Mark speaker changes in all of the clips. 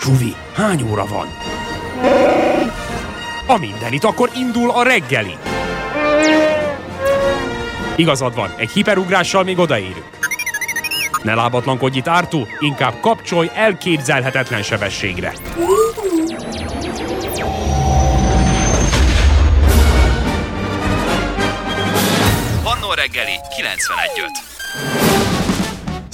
Speaker 1: Zsuvi, hány óra van? A mindenit, akkor indul a reggeli. Igazad van, egy hiperugrással még odaérünk. Ne lábatlankodj itt, Ártú, inkább kapcsolj elképzelhetetlen sebességre.
Speaker 2: Annó reggeli 91.5.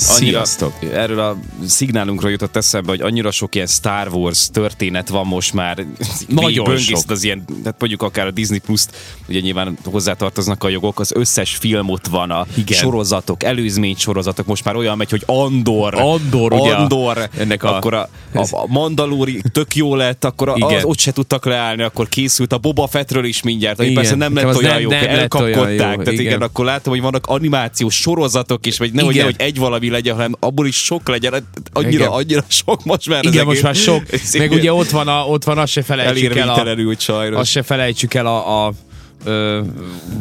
Speaker 3: Sziasztok! Erről a szignálunkról jutott eszembe, hogy annyira sok ilyen Star Wars történet van most már.
Speaker 1: Nagyon
Speaker 3: Böngészt
Speaker 1: sok.
Speaker 3: az ilyen, tehát mondjuk akár a Disney Plus-t, ugye nyilván hozzátartoznak a jogok, az összes film ott van, a
Speaker 1: Igen.
Speaker 3: Igen. sorozatok, előzmény sorozatok, most már olyan megy, hogy Andor,
Speaker 1: Andor, ugye a-
Speaker 3: Andor,
Speaker 1: ennek
Speaker 3: ennek
Speaker 1: a-
Speaker 3: a, akkor a, a, a Mandalori tök jó lett, akkor a,
Speaker 1: Igen.
Speaker 3: az, ott se tudtak leállni, akkor készült a Boba Fettről is mindjárt, ami
Speaker 4: Igen.
Speaker 3: persze nem
Speaker 4: Nekem
Speaker 3: lett
Speaker 4: az
Speaker 3: olyan
Speaker 4: nem-
Speaker 3: jó,
Speaker 4: nem lett
Speaker 3: elkapkodták,
Speaker 4: olyan jó,
Speaker 3: tehát igen.
Speaker 4: igen.
Speaker 3: akkor látom, hogy vannak animációs sorozatok is, vagy nehogy
Speaker 4: Igen.
Speaker 3: nehogy egy valami legyen, hanem abból is sok legyen, hát annyira,
Speaker 4: Igen.
Speaker 3: annyira sok most már.
Speaker 4: Igen,
Speaker 3: ezek-
Speaker 4: most már sok.
Speaker 3: Ez
Speaker 4: Meg
Speaker 3: ilyen
Speaker 4: ugye ott van, a, ott van azt se felejtsük el a,
Speaker 3: elérvénytelenült sajnos.
Speaker 4: azt se felejtsük el a, a Ö,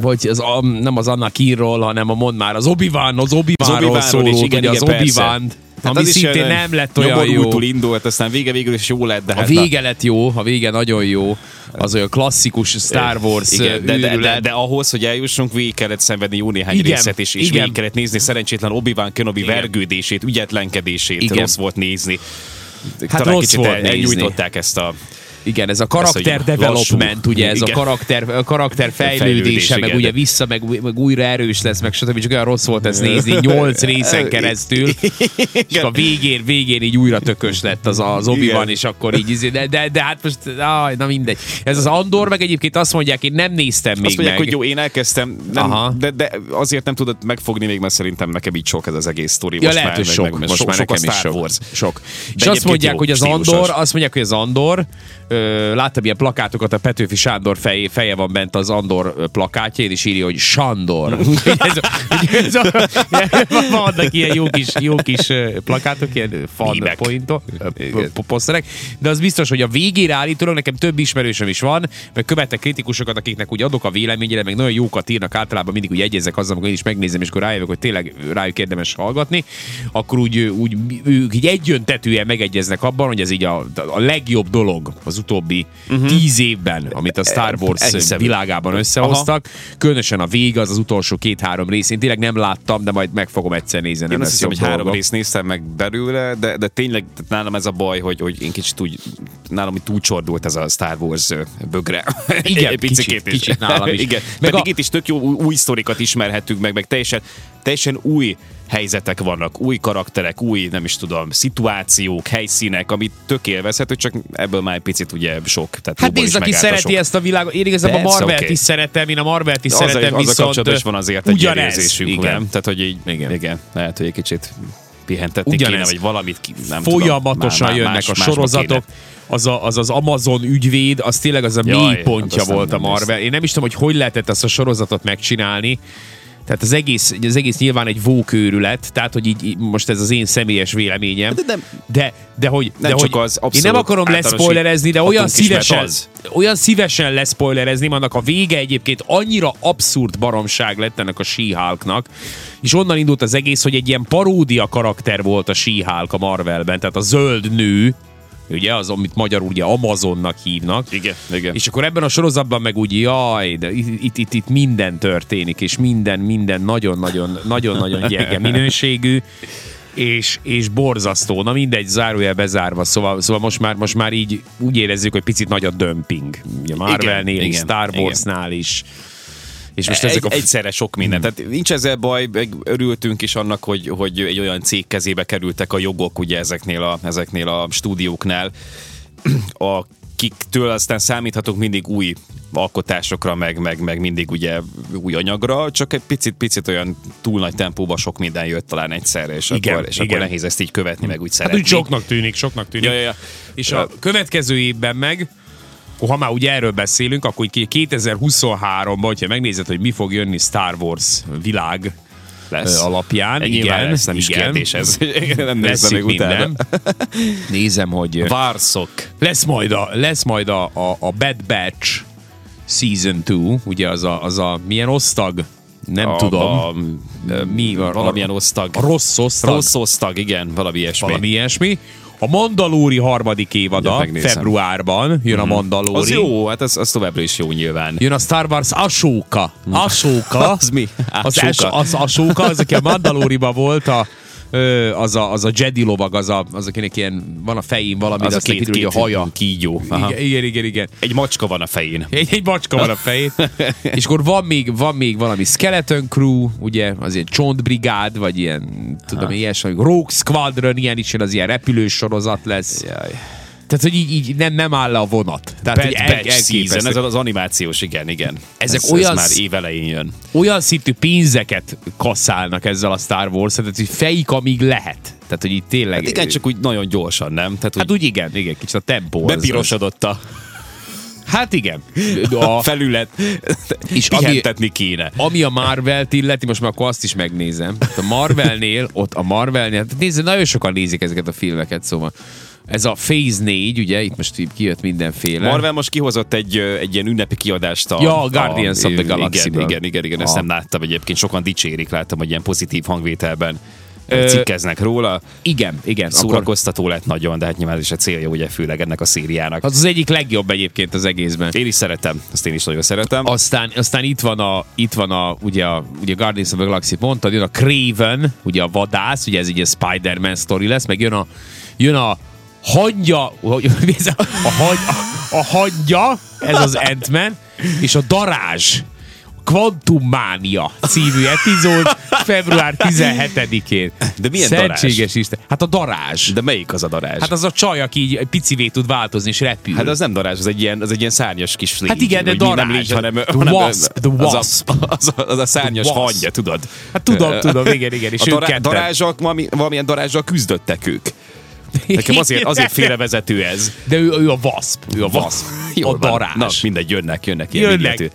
Speaker 4: vagy az, a, nem az Anna Kinról, hanem a mond már, az obi az obi
Speaker 3: Obi-Wanról is,
Speaker 4: szóló,
Speaker 3: igen,
Speaker 4: ugye az
Speaker 3: igen,
Speaker 4: obi
Speaker 3: persze. Hát
Speaker 4: ami szintén nem lett olyan jó.
Speaker 3: Nyomorultul indult, aztán vége végül is jó lett, de
Speaker 4: A
Speaker 3: hát
Speaker 4: vége lett jó, a vége nagyon jó. Az olyan klasszikus Star Wars
Speaker 3: igen, de, de, de,
Speaker 4: őrület.
Speaker 3: de, ahhoz, hogy eljussunk, végig kellett szenvedni jó néhány
Speaker 4: Igen,
Speaker 3: részet, és, és
Speaker 4: igen.
Speaker 3: végig kellett nézni szerencsétlen Obi-Wan Kenobi
Speaker 4: Igen.
Speaker 3: vergődését, ügyetlenkedését,
Speaker 4: Igen.
Speaker 3: rossz volt nézni.
Speaker 4: Hát
Speaker 3: Talán
Speaker 4: rossz
Speaker 3: kicsit
Speaker 4: volt
Speaker 3: el-
Speaker 4: nézni.
Speaker 3: elnyújtották ezt a
Speaker 4: Igen, ez a karakter
Speaker 3: Ez, hogy
Speaker 4: development,
Speaker 3: lassú.
Speaker 4: ugye ez a
Speaker 3: Igen.
Speaker 4: karakter, a karakter
Speaker 3: Fejlődés,
Speaker 4: fejlődése, meg
Speaker 3: igen.
Speaker 4: ugye vissza, meg, új- meg újra erős lesz, meg stb. Csak olyan rossz volt ez nézni, nyolc részen keresztül, és a végén, végén így újra tökös lett az, az obi van
Speaker 3: Igen.
Speaker 4: és akkor így, izé- de, de, de hát most, aj, na mindegy. Ez az Andor, meg egyébként azt mondják, én nem néztem még
Speaker 3: Azt mondják,
Speaker 4: meg.
Speaker 3: hogy jó, én elkezdtem,
Speaker 4: Aha.
Speaker 3: nem, de, de azért nem tudod megfogni még, mert szerintem nekem így sok ez az egész sztori.
Speaker 4: Ja,
Speaker 3: most
Speaker 4: lehet,
Speaker 3: már,
Speaker 4: hogy
Speaker 3: meg-
Speaker 4: sok.
Speaker 3: meg- most
Speaker 4: sok,
Speaker 3: már
Speaker 4: sok
Speaker 3: nekem
Speaker 4: a
Speaker 3: is
Speaker 4: Star
Speaker 3: sok.
Speaker 4: Wars. Sok. És azt
Speaker 3: egyébként
Speaker 4: mondják,
Speaker 3: jó,
Speaker 4: hogy az
Speaker 3: stílusos.
Speaker 4: Andor, azt mondják, hogy az Andor, ö, láttam ilyen plakátokat, a Petőfi Sándor feje, feje van bent az Andor ö, plakátján, és írja, hogy Sándor. ez, ez a, vannak ilyen jó kis, jó kis ö, plakátok, ilyen fan
Speaker 3: Mímek.
Speaker 4: pointok, ö, po- po- poszterek, de az biztos, hogy a végére állítólag nekem több ismerősöm is van, meg követek kritikusokat, akiknek úgy adok a véleményére, meg nagyon jókat írnak általában, mindig úgy egyezek azzal, amikor én is megnézem, és akkor rájövök, hogy tényleg rájuk érdemes hallgatni, akkor úgy, úgy ők így egyöntetűen megegyeznek abban, hogy ez így a, a legjobb dolog az utóbbi uh-huh. tíz évben, amit a Star Wars
Speaker 3: Mhm. E, Elhiszem.
Speaker 4: világában összehoztak. Aha. Különösen a vége, az az utolsó két-három rész. Én tényleg nem láttam, de majd meg fogom egyszer nézni.
Speaker 3: Én
Speaker 4: Nem
Speaker 3: azt
Speaker 4: lesz
Speaker 3: hiszem,
Speaker 4: jobb
Speaker 3: hogy három
Speaker 4: dolgom.
Speaker 3: részt néztem meg belőle, de, de tényleg tehát nálam ez a baj, hogy, hogy én kicsit úgy, nálam így túlcsordult ez a Star Wars ö, bögre.
Speaker 4: Igen,
Speaker 3: Egy picikét
Speaker 4: kicsit, kicsit nálam is.
Speaker 3: Igen. Meg
Speaker 4: Meg
Speaker 3: Pedig
Speaker 4: a-
Speaker 3: a... itt is tök jó új, új sztorikat ismerhetünk meg, meg teljesen, teljesen új helyzetek vannak, új karakterek, új, nem is tudom, szituációk, helyszínek, amit tök élvezhető, csak ebből már egy picit ugye sok. Tehát
Speaker 4: Hát
Speaker 3: jóból is
Speaker 4: nézd, aki
Speaker 3: megállt a sok.
Speaker 4: szereti ezt a világot. Én igazából a
Speaker 3: Persze,
Speaker 4: Marvelt
Speaker 3: oké.
Speaker 4: is szeretem, én a Marvelt is
Speaker 3: Az
Speaker 4: szeretem,
Speaker 3: a, az a
Speaker 4: viszont
Speaker 3: kapcsolatban is van azért egy
Speaker 4: ugyanez.
Speaker 3: ilyen érzésünk,
Speaker 4: Igen.
Speaker 3: nem? Tehát, hogy így, igen. igen. lehet, hogy egy kicsit pihentetni
Speaker 4: Ugyanez.
Speaker 3: kéne, vagy valamit, ki, nem
Speaker 4: Folyamatosan
Speaker 3: tudom,
Speaker 4: jönnek a sorozatok. Az, a, az az Amazon ügyvéd, az tényleg az a
Speaker 3: Jaj,
Speaker 4: mély
Speaker 3: hát
Speaker 4: pontja
Speaker 3: azt nem
Speaker 4: volt a
Speaker 3: néztem.
Speaker 4: Marvel. Én nem is tudom, hogy hogy lehetett ezt a sorozatot megcsinálni. Tehát az egész, az egész nyilván egy vókőrület, tehát hogy így, így most ez az én személyes véleményem.
Speaker 3: De nem-
Speaker 4: de, de hogy, de
Speaker 3: Nem csak
Speaker 4: hogy
Speaker 3: az,
Speaker 4: én
Speaker 3: abszolút
Speaker 4: nem akarom
Speaker 3: általános
Speaker 4: leszpoilerezni, de olyan
Speaker 3: hatunk is, mert
Speaker 4: szívesen,
Speaker 3: az.
Speaker 4: olyan szívesen leszpoilerezném, annak a vége egyébként annyira abszurd baromság lett ennek a síhálknak, és onnan indult az egész, hogy egy ilyen paródia karakter volt a síhálk a Marvelben, tehát a zöld nő, ugye, az, amit magyarul ugye Amazonnak hívnak.
Speaker 3: Igen, igen.
Speaker 4: És akkor ebben a sorozatban meg úgy, jaj, de itt, itt, itt, itt minden történik, és minden, minden nagyon-nagyon, nagyon-nagyon gyenge minőségű, és, és borzasztó. Na mindegy, zárójel bezárva, szóval, szóval most, már, most már így úgy érezzük, hogy picit nagy a dömping. Ugye Marvelnél
Speaker 3: Igen,
Speaker 4: is,
Speaker 3: igen,
Speaker 4: Star
Speaker 3: igen.
Speaker 4: Warsnál is. És most
Speaker 3: Most egy,
Speaker 4: ezek a... Hmm.
Speaker 3: Egyszerre sok minden. Tehát nincs ezzel baj, meg örültünk is annak, hogy, hogy egy olyan cég kezébe kerültek a jogok ugye ezeknél a, ezeknél a stúdióknál, akiktől aztán számíthatunk mindig új alkotásokra, meg, meg, meg mindig ugye új anyagra, csak egy picit-picit olyan túl nagy tempóba sok minden jött talán egyszerre, és,
Speaker 4: Igen,
Speaker 3: akkor, és
Speaker 4: igen.
Speaker 3: akkor nehéz ezt így követni, meg úgy
Speaker 4: Hát
Speaker 3: szeretni.
Speaker 4: úgy soknak tűnik, soknak tűnik.
Speaker 3: Ja, ja, ja.
Speaker 4: És a következő évben meg, akkor ha már ugye erről beszélünk, akkor ki- 2023-ban, hogyha megnézed, hogy mi fog jönni Star Wars világ
Speaker 3: lesz.
Speaker 4: ö, alapján.
Speaker 3: Egy
Speaker 4: igen,
Speaker 3: igen, lesz, nem is
Speaker 4: igen.
Speaker 3: kérdés ez. nem
Speaker 4: Lesz
Speaker 3: nézem még utána.
Speaker 4: minden. Nézem, hogy ö,
Speaker 3: Várszok.
Speaker 4: lesz majd a, lesz majd a, a, a Bad Batch Season 2, ugye az a, az a milyen osztag? Nem
Speaker 3: A-
Speaker 4: tudom.
Speaker 3: a-
Speaker 4: Ö, mi van?
Speaker 3: Valamilyen osztag.
Speaker 4: A rossz osztag.
Speaker 3: Rossz osztag, igen, valami ilyesmi.
Speaker 4: valami ilyesmi, A Mandalóri harmadik
Speaker 3: Ja,
Speaker 4: évada
Speaker 3: megnézem. Mhm.
Speaker 4: februárban jön a Mandalóri.
Speaker 3: Az jó, hát az, az továbbra is jó nyilván.
Speaker 4: Jön a Star Wars Asóka. Asóka.
Speaker 3: Mhm. Az mi?
Speaker 4: Az,
Speaker 3: Ahsoka.
Speaker 4: es, az Asóka, az, aki a Mandaloriba volt, a, ö, az, a, az a Jedi lovag, az, a, az akinek ilyen van a fején valami, az,
Speaker 3: Az
Speaker 4: de
Speaker 3: a
Speaker 4: azt
Speaker 3: két,
Speaker 4: lepítik,
Speaker 3: két
Speaker 4: hogy Hát a haja.
Speaker 3: kígyó. Aha.
Speaker 4: Igen, igen, igen, igen.
Speaker 3: Egy macska van a fején.
Speaker 4: Egy, egy macska van a fején. És akkor van még, van még valami Skeleton Crew, ugye, az ilyen csontbrigád, vagy ilyen, tudom, ilyesmi, Rogue Squadron, ilyen is jön, az ilyen repülős sorozat lesz.
Speaker 3: Jaj.
Speaker 4: Tehát, hogy így, így nem, nem áll le a vonat. Tehát,
Speaker 3: Bad
Speaker 4: hogy el-
Speaker 3: Batch Season,
Speaker 4: elképesztő.
Speaker 3: ez az animációs, igen, igen.
Speaker 4: Ezek
Speaker 3: ez,
Speaker 4: olyan
Speaker 3: ez már
Speaker 4: sz- Hát
Speaker 3: évelején jön.
Speaker 4: olyan szintű pénzeket kasszálnak ezzel a Star Wars, tehát hogy fejik, amíg lehet. Tehát, hogy itt tényleg...
Speaker 3: Hát igen, csak úgy nagyon gyorsan, nem? Tehát
Speaker 4: Hát
Speaker 3: úgy
Speaker 4: úgy igen, igen, kicsit a tempó. az-
Speaker 3: bepirosodott a
Speaker 4: az- Hát igen.
Speaker 3: a
Speaker 4: A,
Speaker 3: felület. És
Speaker 4: És ami-
Speaker 3: pihentetni kéne.
Speaker 4: ami a Marvelt illeti, most már akkor azt is megnézem. Hát A Marvelnél, ott a Marvelnél, hát nézd, nagyon sokan nézik ezeket a filmeket, szóval. Ez a Phase 4, ugye, itt most így kijött mindenféle.
Speaker 3: Marvel most kihozott egy, ö, egy ilyen ünnepi kiadást. A,
Speaker 4: Ja, a Guardians of the Galaxy-ből.
Speaker 3: Igen, igen, igen, igen ezt
Speaker 4: Ah.
Speaker 3: nem láttam egyébként. Sokan dicsérik, láttam, hogy ilyen pozitív hangvételben ö,
Speaker 4: Ö,
Speaker 3: cikkeznek róla.
Speaker 4: Igen, igen. szóval Akkor,
Speaker 3: Szórakoztató lett nagyon, de hát nyilván is a célja ugye főleg ennek a szériának.
Speaker 4: az az egyik legjobb egyébként az egészben.
Speaker 3: Én is szeretem, azt én is nagyon szeretem.
Speaker 4: Aztán, aztán itt van a, itt van a, ugye a, ugye a Guardians of the Galaxy mondtad, jön a Craven, ugye a vadász, ugye ez így a Spider-Man sztori lesz, meg jön a, jön a hangya, hogy- mi ez a, a, hagy, a, a hangya, ez az ant és a darázs. Kvantummánia című epizód február 17-én.
Speaker 3: De milyen darázs?
Speaker 4: Szentséges Isten. Hát a darázs.
Speaker 3: De melyik az a darázs?
Speaker 4: Hát az a csaj, aki így egy picivé tud változni és repül.
Speaker 3: Hát az nem darázs, az egy ilyen, az egy ilyen szárnyas kis légy.
Speaker 4: Hát igen, de
Speaker 3: Vagy mi- Nem
Speaker 4: darázs.
Speaker 3: légy, hanem,
Speaker 4: The
Speaker 3: hanem
Speaker 4: wasp, the
Speaker 3: Az, a, az, a, az a szárnyas
Speaker 4: The wasp.
Speaker 3: hangja, tudod?
Speaker 4: Hát tudom, tudom, igen, igen, és
Speaker 3: a
Speaker 4: ők
Speaker 3: dará-
Speaker 4: ketten.
Speaker 3: darázsak, valami, valamilyen darázsal küzdöttek ők. Nekem azért, azért félrevezető ez.
Speaker 4: De ő, ő a vasp. Ő a vasp.
Speaker 3: Jól
Speaker 4: a
Speaker 3: van.
Speaker 4: darás.
Speaker 3: Na, mindegy, jönnek, jönnek. Ilyen
Speaker 4: Jönnek.
Speaker 3: jönnek.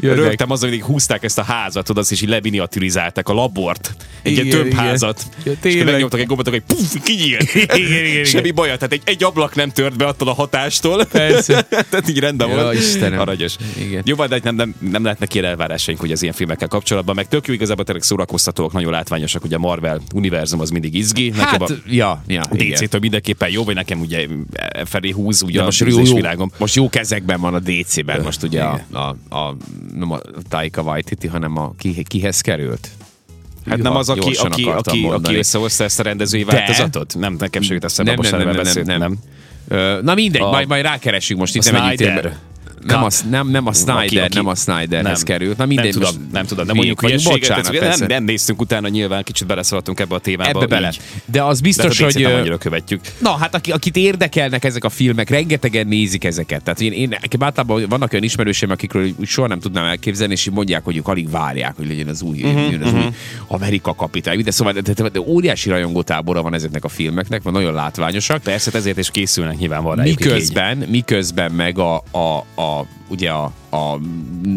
Speaker 3: Rögtem azon, hogy húzták ezt a házat, tudod, azt is így lebiniaturizálták a labort. Egy ilyen
Speaker 4: Igen,
Speaker 3: több
Speaker 4: igen.
Speaker 3: házat. és
Speaker 4: Ja,
Speaker 3: akkor
Speaker 4: tényleg.
Speaker 3: megnyomtak egy gombot, hogy puf, kinyílt.
Speaker 4: igen, igen.
Speaker 3: Semmi baj, tehát egy, egy ablak nem tört be attól a hatástól.
Speaker 4: Persze.
Speaker 3: tehát így rendben
Speaker 4: Ja,
Speaker 3: volt.
Speaker 4: Istenem.
Speaker 3: Aranyos.
Speaker 4: Igen.
Speaker 3: Jó, van, de nem, nem, nem lehetnek ilyen elvárásaink ugye az ilyen filmekkel kapcsolatban, meg tök jó igazából tényleg szórakoztatóak, nagyon látványosak, ugye a Marvel univerzum az mindig izgi.
Speaker 4: Hát,
Speaker 3: Nekem a
Speaker 4: ja, ja, Hát, igen.
Speaker 3: DC-től mindenképpen jó, vagy nekem ugye e felé húz ugye
Speaker 4: De
Speaker 3: a
Speaker 4: most, jó,
Speaker 3: sűrűzés
Speaker 4: jó,
Speaker 3: világom.
Speaker 4: most jó kezekben van a DC-ben, most ugye a,
Speaker 3: igen.
Speaker 4: a, a, nem a Taika Waititi, hanem a ki, kihez került?
Speaker 3: Hát
Speaker 4: Hűha,
Speaker 3: nem az, aki,
Speaker 4: gyorsan
Speaker 3: aki,
Speaker 4: akartam
Speaker 3: aki, aki
Speaker 4: mondani.
Speaker 3: összehozta ezt a rendezői
Speaker 4: De-
Speaker 3: változatot? Nem, nekem se jut eszembe, most erről beszélt, nem.
Speaker 4: Ö, Na mindegy,
Speaker 3: A-
Speaker 4: majd, majd rákeressük most itt.
Speaker 3: A
Speaker 4: nem egyik
Speaker 3: Snyder.
Speaker 4: térben. Nem a, nem, nem a Snyder,
Speaker 3: Aki- aki-
Speaker 4: nem a Snyderhez
Speaker 3: nem.
Speaker 4: került. Na mindegy,
Speaker 3: nem
Speaker 4: most
Speaker 3: tudom, nem tudom, nem mondjuk
Speaker 4: hülyék vagyunk,
Speaker 3: hülyeséget,
Speaker 4: bocsánat,
Speaker 3: ez- nem,
Speaker 4: persze.
Speaker 3: nem néztünk utána, nyilván kicsit beleszaladtunk ebbe a témába.
Speaker 4: Ebbe bele.
Speaker 3: így.
Speaker 4: De az
Speaker 3: De hát a
Speaker 4: biztos,
Speaker 3: DC-t
Speaker 4: hogy...
Speaker 3: nem
Speaker 4: ö,
Speaker 3: annyira követjük.
Speaker 4: Na, hát aki, akit érdekelnek ezek a filmek, rengetegen nézik ezeket. Tehát én, én nekem általában vannak olyan ismerőseim, akikről úgy soha nem tudnám elképzelni, és így mondják, hogy ők alig várják, hogy legyen az új, jön az új Amerika kapitány. De szóval de, de, de, de óriási rajongótábora van ezeknek a filmeknek, van nagyon látványosak.
Speaker 3: Persze, hát ezért is készülnek nyilván van rájuk igény.
Speaker 4: Miközben, miközben meg a, a, a ugye a, a,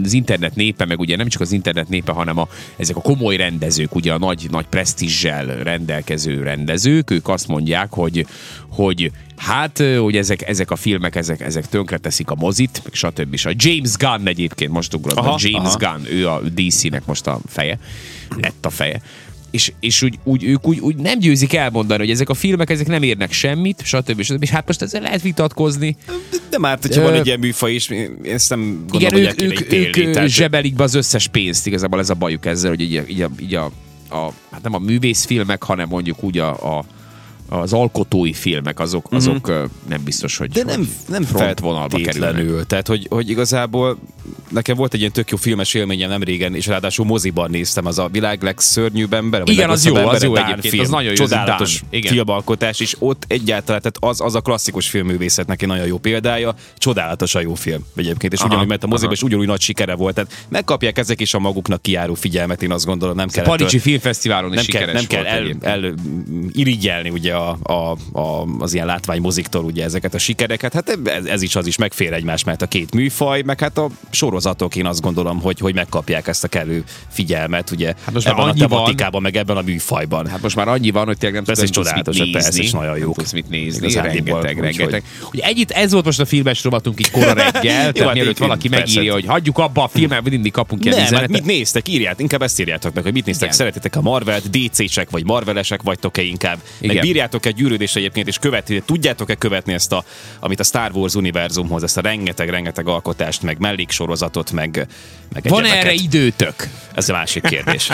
Speaker 4: az internet népe, meg ugye nem csak az internet népe, hanem a, ezek a komoly rendezők, ugye a nagy, nagy presztízsel rendelkező rendezők, ők azt mondják, hogy, hogy hát, hogy ezek, ezek a filmek, ezek, ezek tönkreteszik a mozit, meg stb. is. A James Gunn egyébként most ugrott,
Speaker 3: Aha,
Speaker 4: a James
Speaker 3: aha.
Speaker 4: Gunn, ő a DC-nek most a feje, lett a feje. És, és úgy, úgy, ők úgy, úgy, nem győzik elmondani, hogy ezek a filmek ezek nem érnek semmit, stb. stb. És hát most ezzel lehet vitatkozni.
Speaker 3: Hát De már, hogyha
Speaker 4: Ö,
Speaker 3: van egy ilyen műfaj is, én ezt nem gondolom,
Speaker 4: Igen,
Speaker 3: hogy
Speaker 4: ők,
Speaker 3: el kéne
Speaker 4: ők,
Speaker 3: ítélni,
Speaker 4: ők ö,
Speaker 3: tehát-
Speaker 4: zsebelik be az összes pénzt, igazából ez a bajuk ezzel, hogy így, a- így, a, így a, a, hát nem a művészfilmek, hanem mondjuk úgy a, a az alkotói filmek, azok, azok mm-hmm. nem biztos, hogy
Speaker 3: Mhm. De nem,
Speaker 4: hogy
Speaker 3: nem
Speaker 4: frontvonalba kerülnek.
Speaker 3: feltétlenül. Tehát, hogy, hogy igazából nekem volt egy ilyen tök jó filmes élményem nem régen, és ráadásul moziban néztem az a világ legszörnyűbb ember. vagy
Speaker 4: Igen, az
Speaker 3: legrosszabb
Speaker 4: jó, az
Speaker 3: embere,
Speaker 4: jó
Speaker 3: Dán
Speaker 4: egyébként,
Speaker 3: film.
Speaker 4: az nagyon jó, ez
Speaker 3: Csodálatos
Speaker 4: Dán, igen.
Speaker 3: filmalkotás, és ott egyáltalán, tehát az, az a klasszikus filmművészetnek egy nagyon jó példája, csodálatos a jó film egyébként, és
Speaker 4: Aha,
Speaker 3: ugyanúgy ment a moziba,
Speaker 4: aha.
Speaker 3: és ugyanúgy nagy sikere volt. Tehát megkapják ezek is a maguknak kiáró figyelmet, én azt gondolom, nem kell. ettől-
Speaker 4: Paricsi Filmfesztiválon is
Speaker 3: nem kell,
Speaker 4: sikeres
Speaker 3: nem kell
Speaker 4: volt
Speaker 3: el,
Speaker 4: egyébként.
Speaker 3: el, mm, irigyelni ugye a, a, a, az ilyen látványmoziktól ugye ezeket a sikereket. Hát ez, ez is az is megfér egymás, mert a két műfaj, meg hát a sorozatok, én azt gondolom, hogy, hogy megkapják ezt a kellő figyelmet, ugye hát
Speaker 4: most
Speaker 3: most
Speaker 4: már
Speaker 3: ebben a
Speaker 4: annyi van.
Speaker 3: tematikában, meg ebben a műfajban. Hát
Speaker 4: Hát most már annyi van, hogy tényleg nem
Speaker 3: Persze,
Speaker 4: tudsz, nem
Speaker 3: és csodálatos,
Speaker 4: tudsz mit
Speaker 3: persze,
Speaker 4: nézni.
Speaker 3: és nagyon jók.
Speaker 4: Nem tudsz mit nézni,
Speaker 3: Igazándiból,
Speaker 4: rengeteg,
Speaker 3: úgyhogy-
Speaker 4: rengeteg. Ugye egyitt ez volt most a filmes rovatunk így kora reggel,
Speaker 3: Jó,
Speaker 4: tehát
Speaker 3: hát
Speaker 4: mielőtt
Speaker 3: így-
Speaker 4: valaki
Speaker 3: persze.
Speaker 4: megírja, hogy hagyjuk abba a filmet, mindig kapunk ilyen
Speaker 3: nem, hát mit
Speaker 4: üzenetet.
Speaker 3: néztek, írját, inkább ezt írjátok meg, hogy mit néztek,
Speaker 4: Igen.
Speaker 3: szeretitek a Marvelt, DC-sek vagy Marvelesek vagytok-e inkább,
Speaker 4: Igen.
Speaker 3: meg bírjátok-e gyűrődést egyébként, és követi, tudjátok-e követni ezt a, amit a Star Wars univerzumhoz, ezt a rengeteg-rengeteg alkotást, meg melléksorozatot, meg, meg
Speaker 4: Van
Speaker 3: egyebeket?
Speaker 4: erre időtök?
Speaker 3: Ez a másik kérdés.